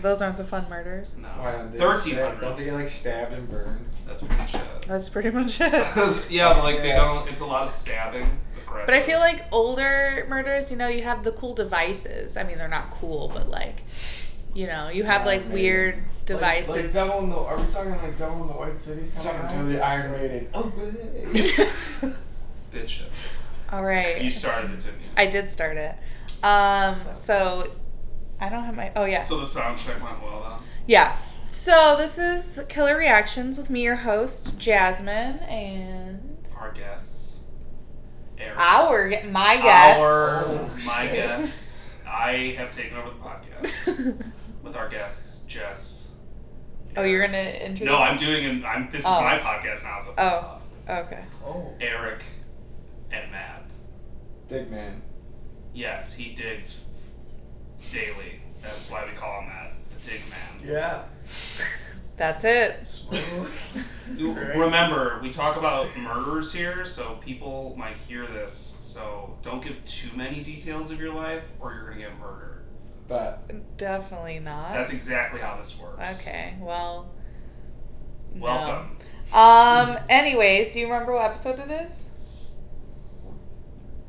Those aren't the fun murders. No. Why don't they get Thirteen stabbed- Don't they get hundreds. like stabbed and burned? That's pretty much it. That's pretty much it. yeah, but like they Yeah. don't. It's a lot of stabbing. But I feel like older murders, you know, you have the cool devices. I mean, they're not cool, but like, you know, you have Yeah, like maybe. weird devices. Like, like Devil in the. Are we talking like Devil in the White City? Oh, Something to the Iron Maiden. Away. bitch. All right. You started it, didn't you? I did start it. Um, so I don't have my. Oh yeah. So the sound check went well Yeah. So this is Killer Reactions with me, your host Jasmine, and then. Our guests. Eric. our my guest. Our my Shit. guests. I have taken over the podcast with our guests, Jess. oh, you're Eric. gonna introduce. No, I'm doing. An, I'm. This Oh. is my podcast now. So. Oh. Okay. Oh. Eric, and Matt. Dig man. Yes, he digs daily. That's why we call him that, the Dig Man. Yeah. That's it. You- Remember, we talk about murders here, so people might hear this. So don't give too many details of your life, or you're gonna get murdered. But Definitely not. That's exactly how this works. okay. Well. no. Welcome. Um. Anyways, do you remember what episode it is? S-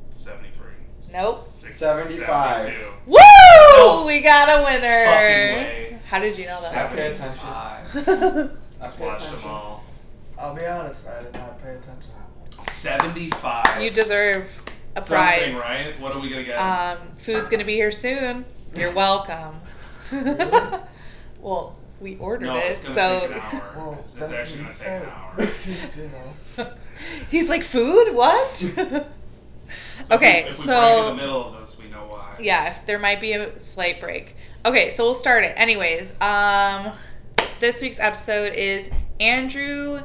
Seventy-three. Nope. Six- 75. 72. Woo! No We got a Fucking winner. way. How did you know that? I paid attention. 75. Just watched them all. I'll be honest, I did not pay attention. Seventy-five. you deserve a Something, prize. right? What are we gonna get? Um, food's gonna be here soon. You're welcome. Really? well, we ordered no, it, it's gonna so. take an hour. it's it's actually gonna take an hour. He's like, food? What? So if we- okay, if we break so in the middle of this, we know why. yeah, if there might be a slight break. Okay, so we'll start it. Anyways, um, this week's episode is Andrew.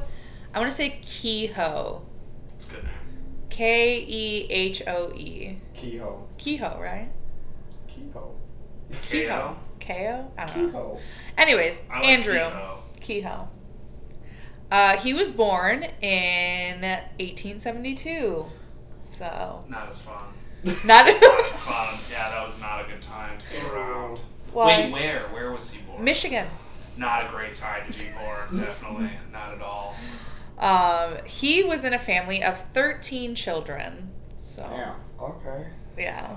I want to say Kehoe. It's a good name. K E H O E. Keyhole. Kehoe, right? Keyhole. Kehoe. Kehoe? I don't know. Keyhole. Anyways, I like Andrew. Kehoe. Kehoe. Uh, he was born in 1872. So, Not as fun. not. Not as fun. Yeah, that was not a good time to be around. Why? Wait, where? Where was he born? Michigan. Not a great time to be born. Definitely not at all. Um, he was in a family of 13 children. So, Yeah. Okay. yeah.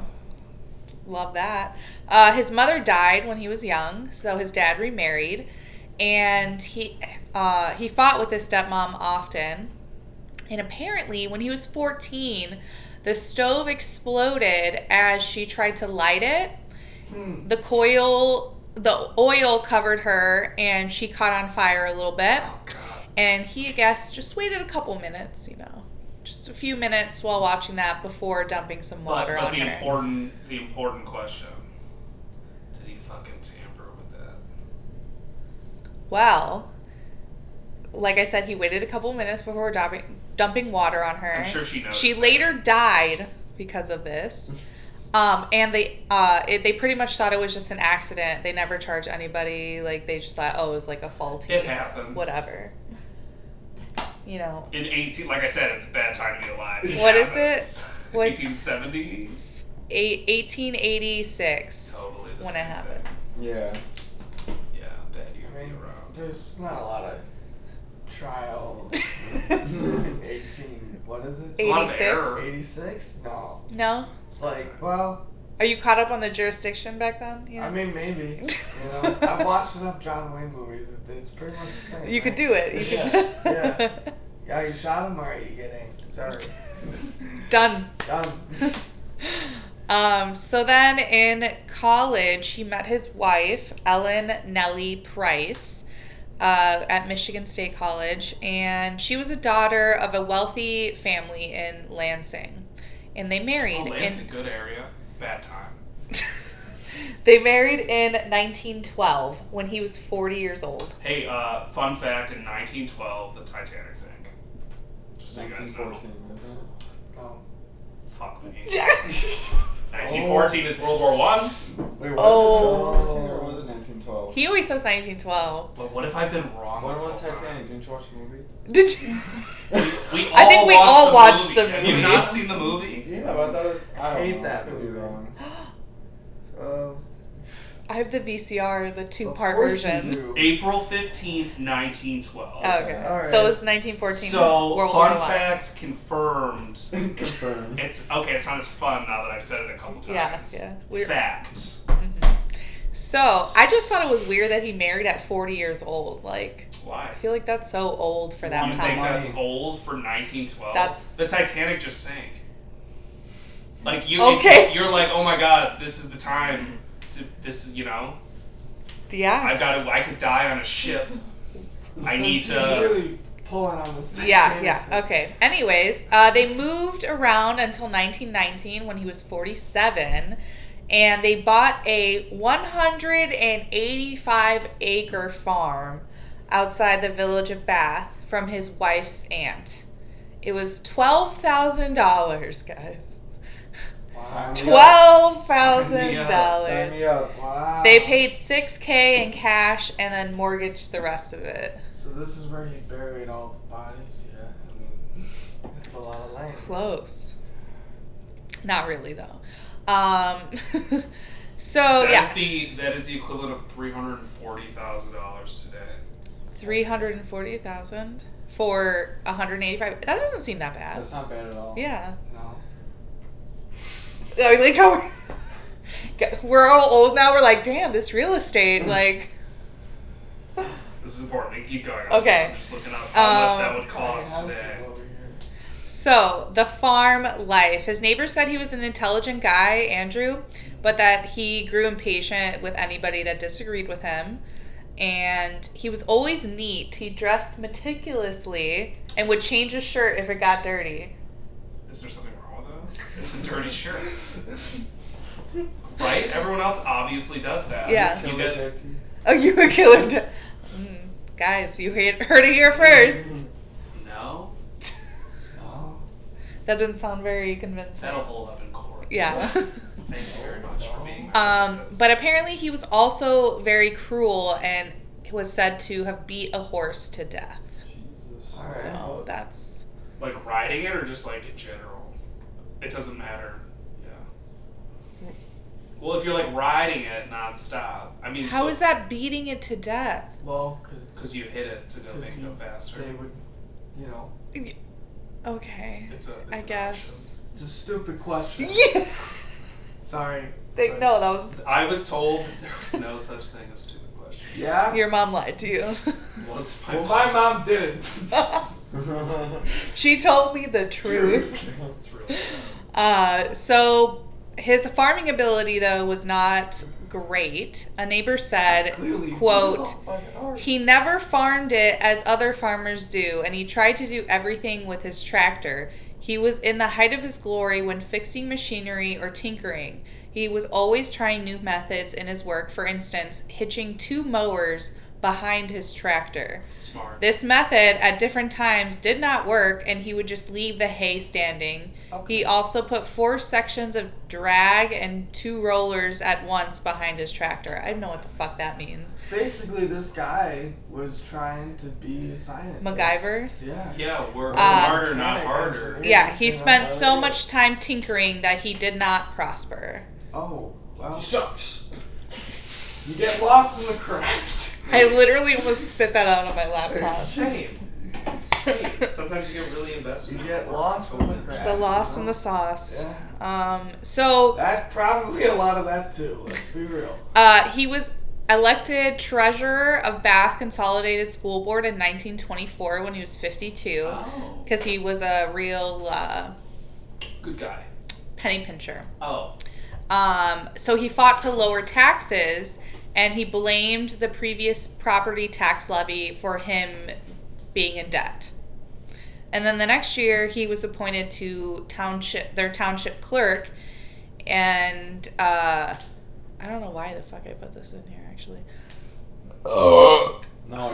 Love that. Uh, his mother died when he was young, so his dad remarried, and he uh, he fought with his stepmom often. And apparently, when he was 14, the stove exploded as she tried to light it. Hmm. The coil, the oil covered her, and she caught on fire a little bit. Oh God. And he, I guess, just waited a couple minutes, you know, just a few minutes while watching that before dumping some But, water but on the her. important, the important question. Did he fucking tamper with that? well, like I said, he waited a couple minutes before dumping, dumping water on her. I'm sure she knows. She later died because of this. Um, and they uh, it, they pretty much thought it was just an accident. They never charged anybody. Like they just thought, oh, it was like a faulty It happens. whatever. You know, In 18, like I said, it's a bad time to be alive. What is happens. it? What's- 1870. eight- 1886 Totally. the when it same happened. thing. Yeah. Yeah, bad year I to be mean, around. there's not a lot of trial. Oh. in 18. What is it? It's a lot of 86? error. 86? No. No? It's like, well, Are you caught up on the jurisdiction back then? I mean, maybe. You know, I've watched enough John Wayne movies. that It's pretty much the same. You could right? do it. You could. yeah. yeah. Yeah, you shot him or you get inked? Sorry. Done. Done. um, so then in college, he met his wife, Ellen Nellie Price, uh, at Michigan State College, and she was a daughter of a wealthy family in Lansing. And they married. Oh, Lansing, in- good area. Bad time. they married in 1912 when he was 40 years old. Hey, uh, fun fact: in 1912, the Titanic sank. Just so you guys know. 1914, isn't it? Oh. Fuck me. Jack- 1914 is World War One. Wait, was Oh. it 1914 or was it 1912? He always says 1912. But what if I've been wrong When this was whole Titanic? Didn't you watch the movie? Did you? time? We, we all I think we all watched the the movie. Have movie. you not seen the movie? Yeah, but I thought it was. I, I don't hate know, that I could be movie. wrong. Um, I have the VCR, the two Of part course you version. do. April 15th, 1912. Oh, okay. All right. So it's 1914. So, World fun War One. fact confirmed. Confirmed. It's okay. It's not as fun now that I've said it a couple Yeah, times. yeah. We're- Fact. Mhm. So I just thought it was weird that he married at 40 years old. Like, Why? I feel like that's so old for that you time. think that's Money. old for 1912? That's- the Titanic just sank. Like you, Okay. you're like, oh my god, this is the time. To, this is, you know, I've yeah. got to. I could die on a ship. I So need she's to- Really pulling on this. Yeah, Titanic yeah. thing. Okay. Anyways, uh, they moved around until 1919 when he was 47, and they bought a 185 acre farm outside the village of Bath from his wife's aunt. It was $12,000, guys. Wow. Sign me up. Twelve Sign thousand me up. Sign me dollars. up. Wow. They paid six K in cash and then mortgaged the rest of it. So this is where he buried all the bodies. Yeah. I mean, that's a lot of land. Close. Not really though. Um so That Oh, yeah. is the that is the equivalent of three hundred and forty thousand dollars today. Three hundred and forty thousand for hundred and eighty five that doesn't seem that bad. That's not bad at all. Yeah. No. I mean, like how we're, Get- we're all old now, we're like, damn, this real estate, like This is important. You keep going. I'm- Okay. I'm just looking up how much Um, that would House cost is today. over here. So, the farm life. His neighbors said he was an intelligent guy, Andrew, but that he grew impatient with anybody that disagreed with him. And he was always neat. He dressed meticulously and would change his shirt if it got dirty. Is there something wrong with that? It's a dirty shirt, right? Everyone else obviously does that. Yeah. You Kill get- the turkey. Oh, you were killer. Jo- Mm, guys, you heard heard it here first. no, No. That didn't sound very convincing. that'll hold up in court. Yeah. Thank you very much for being. my Um, witnesses. but apparently he was also very cruel and was said to have beat a horse to death. Jesus. So that's like riding it or just like in general, it doesn't matter. Yeah. Well, if you're like riding it nonstop, I mean, how is that beating it to death? Well, because Because you hit it to go make it go faster. they would, you know, Okay, It's a. It's I an guess. it's a stupid question. Yeah. Sorry. They, but- no, that was option. I was told that there was no such thing as stupid questions. Yeah. your mom lied to you. Was my well, mom- my mom didn't. she told me the truth. It's really sad. Uh, so his farming ability though was not great. A neighbor said, Clearly, quote. it's all fucking ours. He never farmed it as other farmers do, and he tried to do everything with his tractor. He was in the height of his glory when fixing machinery or tinkering. He was always trying new methods in his work, for instance, hitching two mowers behind his tractor. Smart. This method at different times did not work, and he would just leave the hay standing. He also put four sections of drag and two rollers at once behind his tractor. I don't know what the fuck that means. Basically, this guy was trying to be a scientist. MacGyver? Yeah. yeah, work Uh, smarter, not harder. Yeah, he Yeah, spent I so like much time tinkering that he did not prosper. Oh, well. Shucks. You get lost in the craft. I literally almost spit that out on my laptop. Shame. Same. Sometimes you get really invested. You in get work. lost in the craft. The loss you and know? the sauce. Yeah. Um, so That probably a lot of that too. Let's be real. uh, he was elected treasurer of Bath Consolidated School Board in 1924 when he was 52 Oh, because he was a real uh, good guy. penny pincher. Oh, Um, so he fought to lower taxes, and he blamed the previous property tax levy for him being in debt. And then the next year, he was appointed to township their township clerk, and uh, I don't know why the fuck I put this in here actually. No.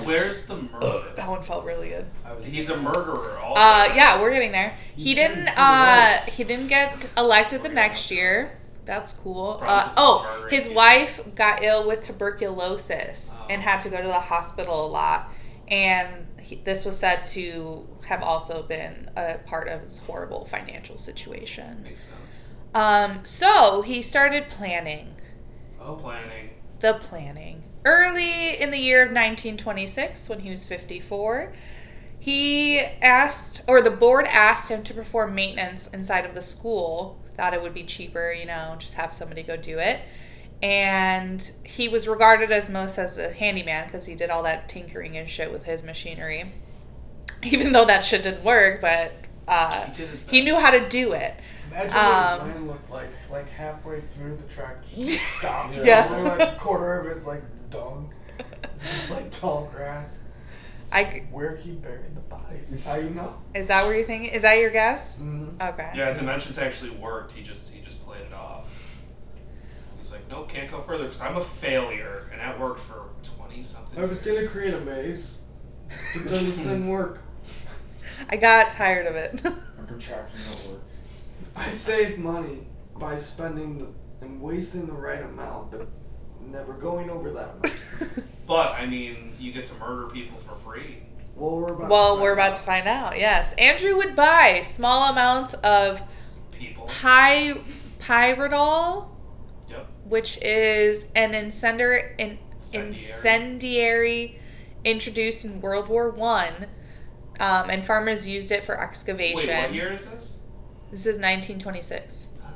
where's the murder? That one felt really good. He's a murderer. Also. Uh, yeah, we're getting there. He You can didn't do uh, worse. he didn't get elected the next year. That's cool. Probably Uh, just oh, murdering his people. wife got ill with tuberculosis Oh. and had to go to the hospital a lot. And he, this was said to have also been a part of his horrible financial situation. Makes sense. Um, so he started planning Oh, planning. the planning. Early in the year of 1926, when he was 54, he asked, or the board asked him to perform maintenance inside of the school. Thought it would be cheaper, you know, just have somebody go do it. And he was regarded as most as a handyman because he did all that tinkering and shit with his machinery. Even though that shit didn't work, but uh, He did his he best. knew how to do it. Imagine what Um, his line looked like, like halfway through the track, just stopped. Yeah. And like a quarter of it's like dung, it's like tall grass. I c- Where he buried the bodies? How you know? is that where you think? Is that your guess? Mm-hmm. Okay. Yeah, Dimensions actually worked. He just he just played it off. He's like, nope, can't go further because I'm a failure, and that worked for twenty something. I was gonna create a maze, but then it didn't work. I got tired of it. Our contraption don't work. I saved money by spending the, and wasting the right amount, but never going over that amount. But I mean, you get to murder people for free. Well, we're about. well, to we're find about to out. find out. Yes, Andrew would buy small amounts of People. py- pyridol, Yep. which is an incender- in- incendiary introduced in World War One, um, and farmers used it for Wait, excavation. what year is this? This is 1926. Oh,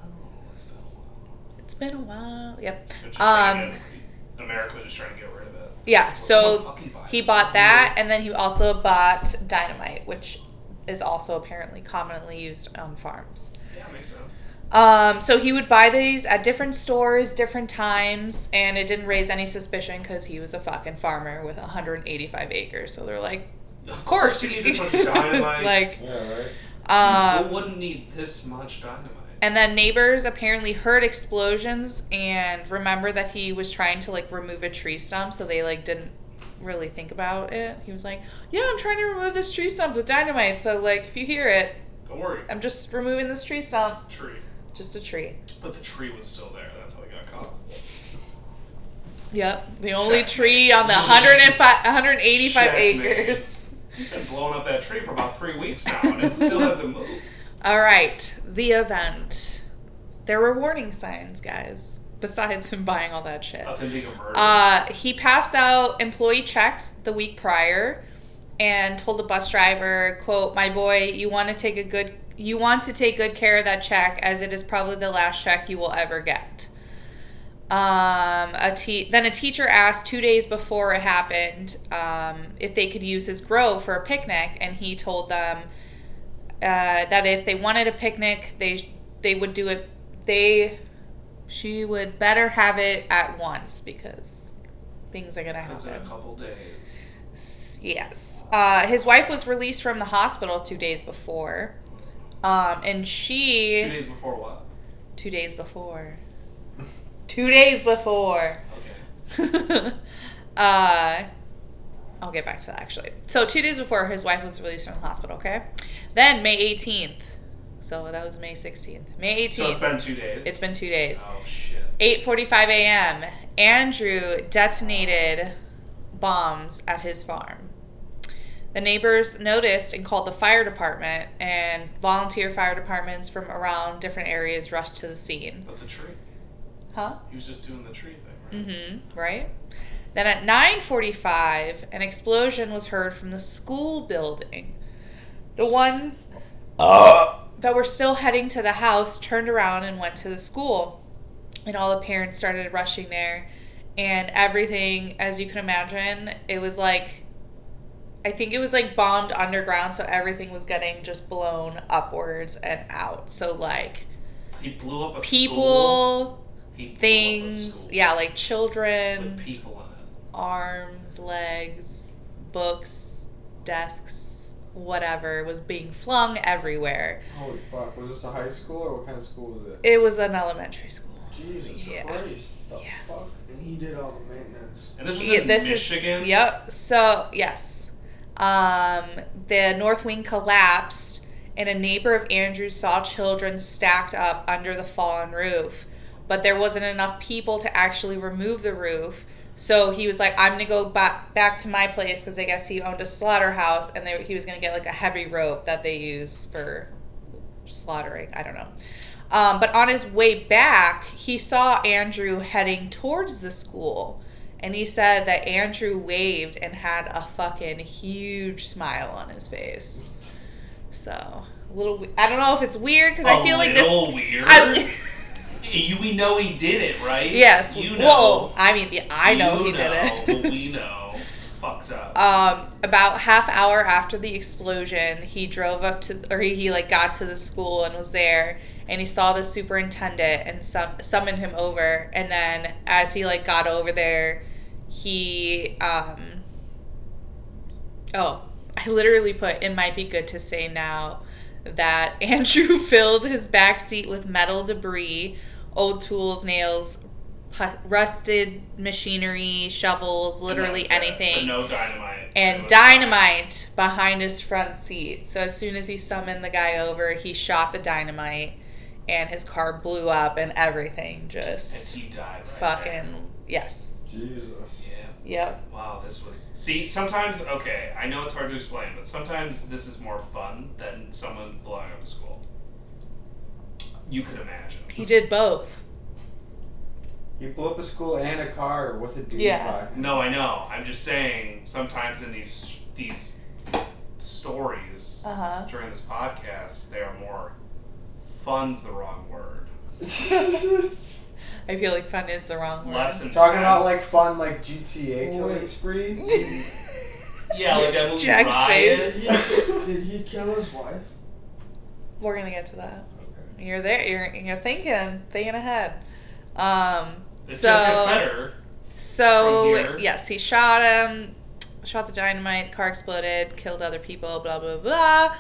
it's been a while. It's been a while. Yep. They're just trying Um, to get- America was just trying to get rid of it. Yeah, Well, someone so fucking buy he it. bought that, and then he also bought dynamite, which is also apparently commonly used on farms. Yeah, makes sense. Um, so he would buy these at different stores, different times, and it didn't raise any suspicion because he was a fucking farmer with 185 acres. So they're like, Of course you you- need this much dynamite. Like, Yeah, right. Who um, wouldn't need this much dynamite? and then neighbors apparently heard explosions and remember that he was trying to like remove a tree stump, so they like didn't really think about it. He was like, "Yeah, I'm trying to remove this tree stump with dynamite." So like, if you hear it, Don't worry. I'm just removing this tree stump, It's a tree. just a tree. But the tree was still there. That's how they got caught. Yep, the only Checkmate. tree on the 105, 185 Checkmate. acres. It's been blowing up that tree for about three weeks now, and it still hasn't moved. All right, the event. There were warning signs, guys. Besides him buying all that shit, Nothing being a murder. uh, he passed out employee checks the week prior, and told the bus driver, "quote My boy, you want to take a good, you want to take good care of that check, as it is probably the last check you will ever get." Um, a te- then a teacher asked two days before it happened um, if they could use his grove for a picnic, and he told them uh, that if they wanted a picnic, they they would do it. They she would better have it at once because things are gonna Because in a happen. couple days. S- Yes. Uh, his wife was released from the hospital two days before, um, and she Two days before what? two days before. two days before. Okay. uh, I'll get back to that actually. So two days before his wife was released from the hospital. Okay. Then May 18th. So that was May 16th. May 18th. So it's been two days. It's been two days. Oh shit. 8:45 a.m. Andrew detonated bombs at his farm. The neighbors noticed and called the fire department, and volunteer fire departments from around different areas rushed to the scene. But the tree. Huh? He was just doing the tree thing, right? Mm-hmm. Right. Then at 9:45, an explosion was heard from the school building. The ones that were still heading to the house turned around and went to the school, and all the parents started rushing there, and everything, as you can imagine, it was like. I think it was like bombed underground, so everything was getting just blown upwards and out. So like He blew up a school. Mm-hmm. people, He blew up a things, school yeah, like children With people in arms, legs, books, desks, whatever was being flung everywhere. Holy fuck! Was this a high school or what kind of school was it? It was an elementary school. Jesus Yeah. Christ. The Yeah. fuck? And he did all the maintenance. it. And this was Yeah, in this is- Michigan. Yep. So, yes. Um, the north wing collapsed, and a neighbor of Andrew saw children stacked up under the fallen roof, but there wasn't enough people to actually remove the roof. So he was like, I'm going to go ba- back to my place because I guess he owned a slaughterhouse, and they, he was going to get like a heavy rope that they use for slaughtering. I don't know. Um, but on his way back, he saw Andrew heading towards the school. And he said that Andrew waved and had a fucking huge smile on his face. So, a little, we- I don't know if it's weird because I A feel like this. little weird. I- You, we know he did it, right? yes. You well, know. I mean, yeah, I know You he did know. it. we know. It's fucked up. um, about half hour after the explosion, he drove up to, or he, he like got to the school and was there, and he saw the superintendent and sum- summoned him over. And then as he like got over there, he, um, oh, I literally put it might be good to say now that Andrew filled his back seat with metal debris, old tools, nails. pu- Rusted machinery, shovels, literally And that's it. anything But no dynamite. It and was- dynamite behind his front seat. So as soon as he summoned the guy over, he shot the dynamite, and his car blew up, and everything And just he died right there. fucking yes, Jesus. Yeah. yep. Wow, this was. See, sometimes, okay, I know it's hard to explain, but sometimes this is more fun than someone blowing up a school. You could imagine. He did both. You blew up a school and a car with a dude Yeah. by. No, I know. I'm just saying. Sometimes in these these stories Uh huh. during this podcast, they are more. Fun's the wrong word. I feel like fun is the wrong word. Less intense. Talking about like fun, like GTA killing Wait. spree. Yeah, like that movie Jack's Did Riot. he, did he kill his wife? We're gonna get to that. Okay. You're there. You're you're thinking thinking ahead. Um. It so just gets better. From So here. yes, he shot him, shot the dynamite, car exploded, killed other people, blah blah blah.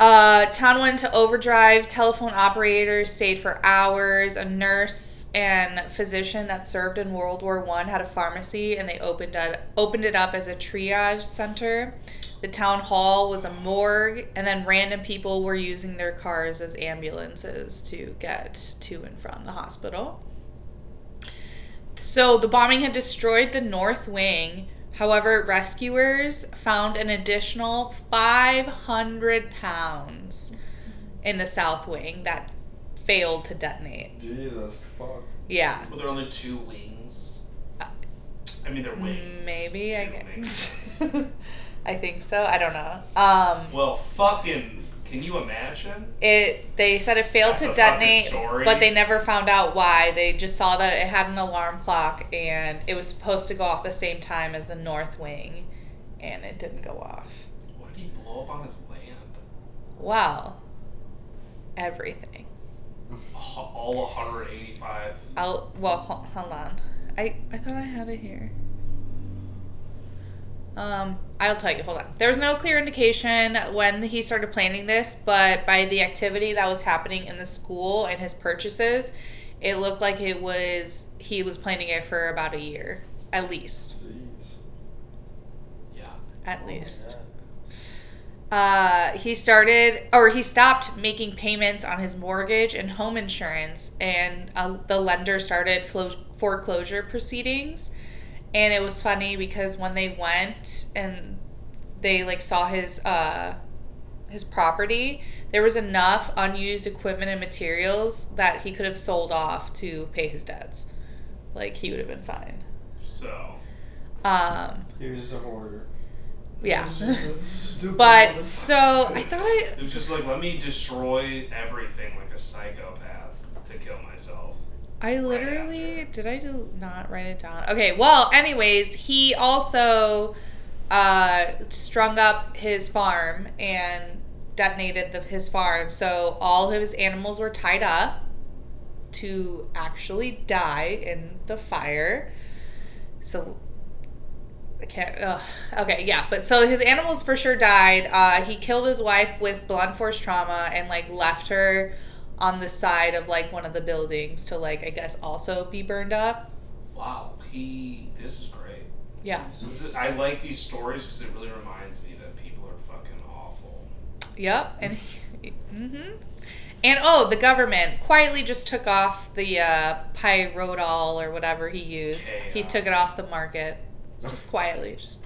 Uh, town went into overdrive. Telephone operators stayed for hours. A nurse and physician that served in World War One had a pharmacy, and they opened it opened it up as a triage center. The town hall was a morgue, and then random people were using their cars as ambulances to get to and from the hospital. So the bombing had destroyed the north wing. However, rescuers found an additional 500 pounds in the south wing that failed to detonate. Jesus, fuck. Yeah. Well, they're only two wings. I mean, they're wings. Maybe two I makes guess. sense. I think so. I don't know. Um, well, fucking. Can you imagine? it they said it failed That's to a fucking detonate story. but they never found out why they just saw that it had an alarm clock and it was supposed to go off the same time as the north wing and it didn't go off What did he blow up on his land? well everything A hu- All 185. i'll well ho- hold on i i thought i had it here um, I'll tell you. Hold on. There was no clear indication when he started planning this, but by the activity that was happening in the school and his purchases, it looked like it was he was planning it for about a year, at least, Jeez. Yeah. at Oh my least. God. Uh, he started or he stopped making payments on his mortgage and home insurance, and uh, the lender started flo- foreclosure proceedings. And it was funny because when they went and they like saw his uh, his property, there was enough unused equipment and materials that he could have sold off to pay his debts. Like he would have been fine. So. Um, He was just a hoarder. yeah. Stupid woman. but so I thought I It was just like, let me destroy everything like a psychopath to kill myself. I right literally after. did I do not write it down. Okay, well, anyways, he also uh, strung up his farm and detonated the, his farm, so all of his animals were tied up to actually die in the fire. So I can't. Ugh. Okay, yeah, but so his animals for sure died. Uh, he killed his wife with blunt force trauma and like left her on the side of like one of the buildings to like I guess also be burned up. Wow. He. This is great. Yeah. This is, I like these stories because it really reminds me that people are fucking awful. Yep. And mhm. And oh, the government quietly just took off the uh, pyrodol or whatever he used. He took it Chaos. off the market just quietly. Just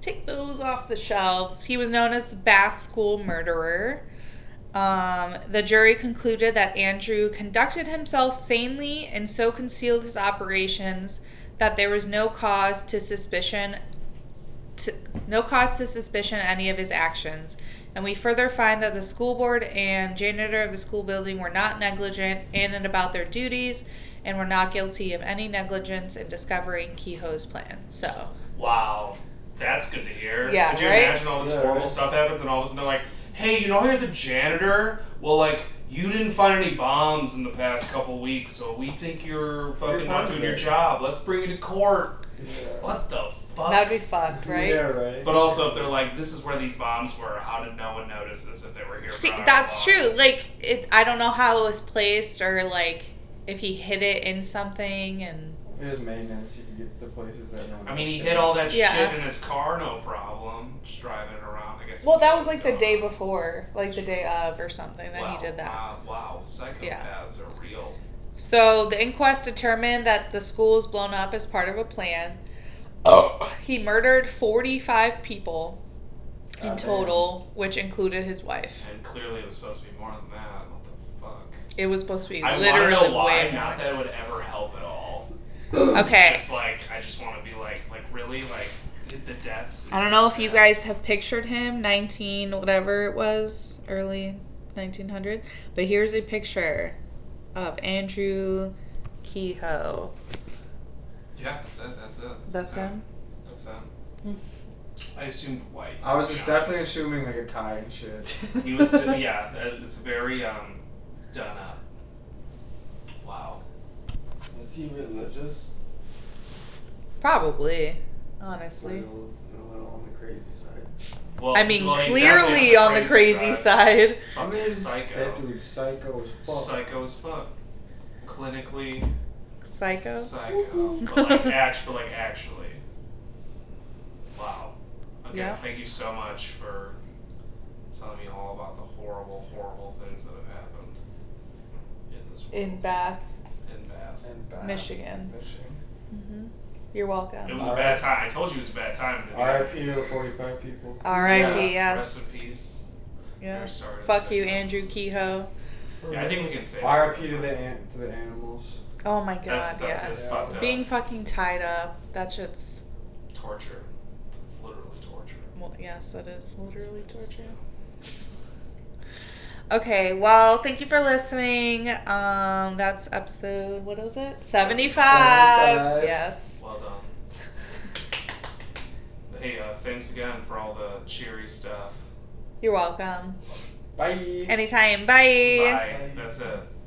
take those off the shelves. He was known as the Bath School Murderer. Um, the jury concluded that Andrew conducted himself sanely and so concealed his operations that there was no cause to suspicion to, no cause to suspicion any of his actions. And we further find that the school board and janitor of the school building were not negligent in and about their duties and were not guilty of any negligence in discovering Kehoe's plan. So, Wow, that's good to hear. Yeah, Could you right? imagine all this Yeah, horrible right. stuff happens and all of a sudden they're like, hey, you know you're the janitor? Well, like, you didn't find any bombs in the past couple weeks, so we think you're fucking not part of doing your it. job. Let's bring you to court. Yeah. What the fuck? that'd be fucked, right? Yeah, right. But also, if they're like, this is where these bombs were, how did no one notice this if they were here? See, for however that's long? true. Like, it, I don't know how it was placed or like if he hid it in something and it was maintenance. You could get the places that no one I mean, else he could. hit all that Yeah. shit in his car, no problem. Just driving it around. I guess. well, he knew that what was like the going day on. before, like the day of or something that wow, he did that. Wow, wow, psychopaths are real. So the inquest determined that the school was blown up as part of a plan. He murdered 45 people in God damn. total, which included his wife. And clearly, it was supposed to be more than that. What the fuck? It was supposed to be I wanna literally know why. way Not more. that it would ever help at all. Okay. Just like I just want to be like, like really, like the deaths. and I don't know stuff if you like that. guys have pictured him, 19, whatever it was, early 1900s. But here's a picture of Andrew Kehoe. Yeah, that's it. That's it. That's him? That's him. Hmm. I assumed white. I was to be just definitely honest. assuming like a tie and shit. He was, yeah, that- it's very um, done up. Wow. Is he religious? Probably, Or A honestly. little, a little on the crazy side. Well, I mean, well, he's clearly definitely on the crazy side. I Fucking mean, psycho. that dude's psycho as fuck. Psycho as fuck. Clinically Psycho. psycho. but like act, but like actually. Wow. Okay, Yeah. thank you so much for telling me all about the horrible, horrible things that have happened in this world. In Bath, in Bath. And bad. Michigan. Michigan. hmm You're welcome. It was a All bad right. time. I told you it was a bad time. to be R.I.P. to 45 people. R.I.P. Yeah, Yes. Rest in peace. Yeah. Very sorry. Fuck Good you, times. Andrew Kehoe. Yeah, I think we can say that. R.I.P. to the an- to the animals. Oh my god, That's, that- yes. that's fucked up. Being fucking tied up. That shit's. torture. It's literally torture. Well, yes, that is literally It's- torture. Okay, well, thank you for listening. Um, that's episode. What was it? Seventy-five. 75. Yes. Well done. Hey, uh, thanks again for all the cheery stuff. You're welcome. Bye. Anytime. Bye. Bye. That's it.